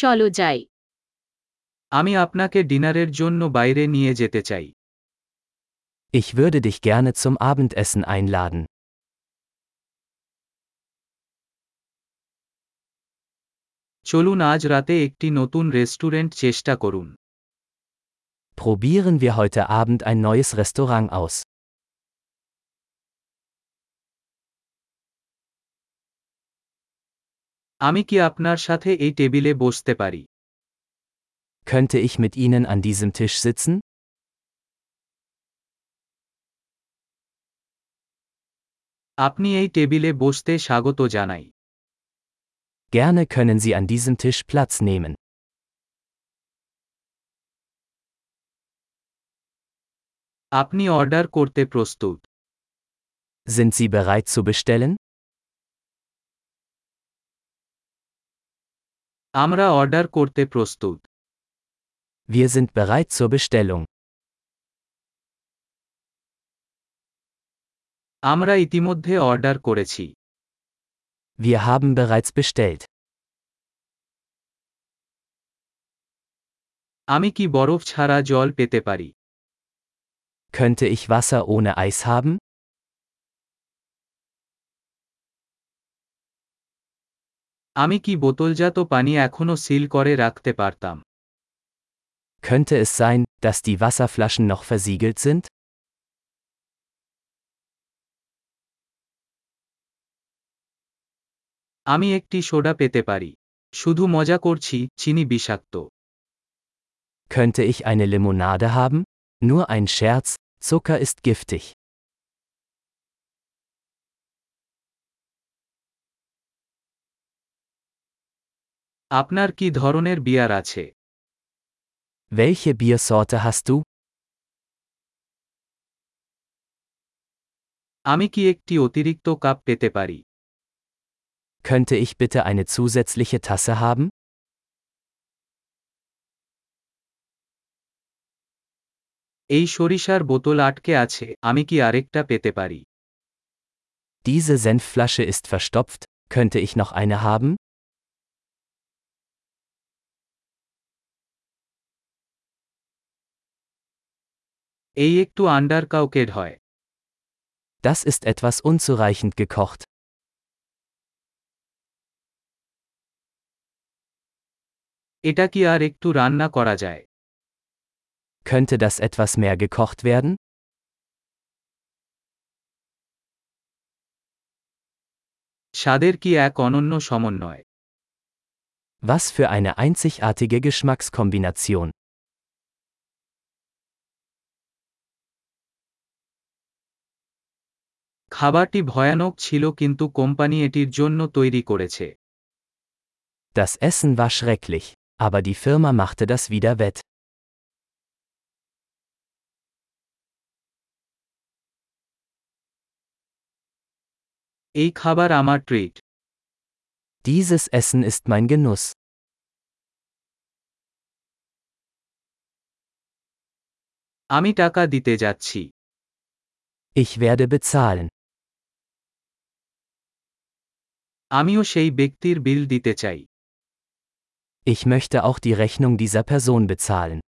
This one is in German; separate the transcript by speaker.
Speaker 1: চলো যাই
Speaker 2: আমি আপনাকে ডিনারের জন্য বাইরে নিয়ে যেতে চাই
Speaker 3: Ich würde dich gerne zum Abendessen einladen.
Speaker 2: চলুন আজ রাতে একটি নতুন রেস্টুরেন্ট চেষ্টা করুন
Speaker 3: Probieren wir heute Abend ein neues Restaurant aus.
Speaker 2: আমি কি আপনার সাথে এই টেবিলে বসতে পারি
Speaker 3: Könnte ich mit Ihnen an diesem Tisch sitzen?
Speaker 2: আপনি এই টেবিলে বসতে স্বাগত জানাই
Speaker 3: Gerne können Sie an diesem Tisch Platz nehmen.
Speaker 2: আপনি অর্ডার করতে প্রস্তুত
Speaker 3: Sind Sie bereit zu bestellen?
Speaker 2: আমরা অর্ডার করতে প্রস্তুত
Speaker 3: Wir sind bereit zur Bestellung.
Speaker 2: আমরা ইতিমধ্যে অর্ডার করেছি
Speaker 3: Wir haben bereits bestellt.
Speaker 2: আমি কি বরফ ছাড়া জল পেতে পারি
Speaker 3: Könnte ich Wasser ohne Eis haben?
Speaker 2: আমি কি বোতলজাত পানি এখনও সিল করে রাখতে পারতাম
Speaker 3: Könnte es sein, dass die Wasserflaschen noch versiegelt sind?
Speaker 2: আমি একটি সোডা পেতে পারি শুধু মজা করছি চিনি বিষাক্ত
Speaker 3: Könnte ich eine Limonade haben? Nur ein Scherz, Zucker ist giftig.
Speaker 2: আপনার কি ধরনের বিয়ার আছে
Speaker 3: Welche Biersorte hast du?
Speaker 2: আমি কি একটি অতিরিক্ত কাপ পেতে পারি
Speaker 3: Könnte ich bitte eine zusätzliche Tasse haben?
Speaker 2: এই সরিষার বোতল আটকে আছে আমি কি আরেকটা পেতে পারি
Speaker 3: Diese Senfflasche ist verstopft, könnte ich noch eine haben?
Speaker 2: এই একটু আন্ডার কাউকেড হয়
Speaker 3: Das ist etwas unzureichend gekocht.
Speaker 2: এটা কি আর একটু রান্না করা যায়
Speaker 3: Könnte das etwas mehr gekocht werden?
Speaker 2: স্বাদের কি এক অনন্য সমন্বয়
Speaker 3: Was für eine einzigartige Geschmackskombination.
Speaker 2: খাবারটি ভয়ানক ছিল কিন্তু কোম্পানি এটির জন্য তৈরি করেছে
Speaker 3: Das Essen war schrecklich, aber die Firma machte das wieder wett.
Speaker 2: এই খাবার আমার treat
Speaker 3: Dieses Essen ist mein Genuss.
Speaker 2: আমি টাকা দিতে যাচ্ছি
Speaker 3: Ich werde bezahlen.
Speaker 2: আমিও সেই ব্যক্তির বিল দিতে চাই
Speaker 3: Ich möchte auch die Rechnung dieser Person bezahlen.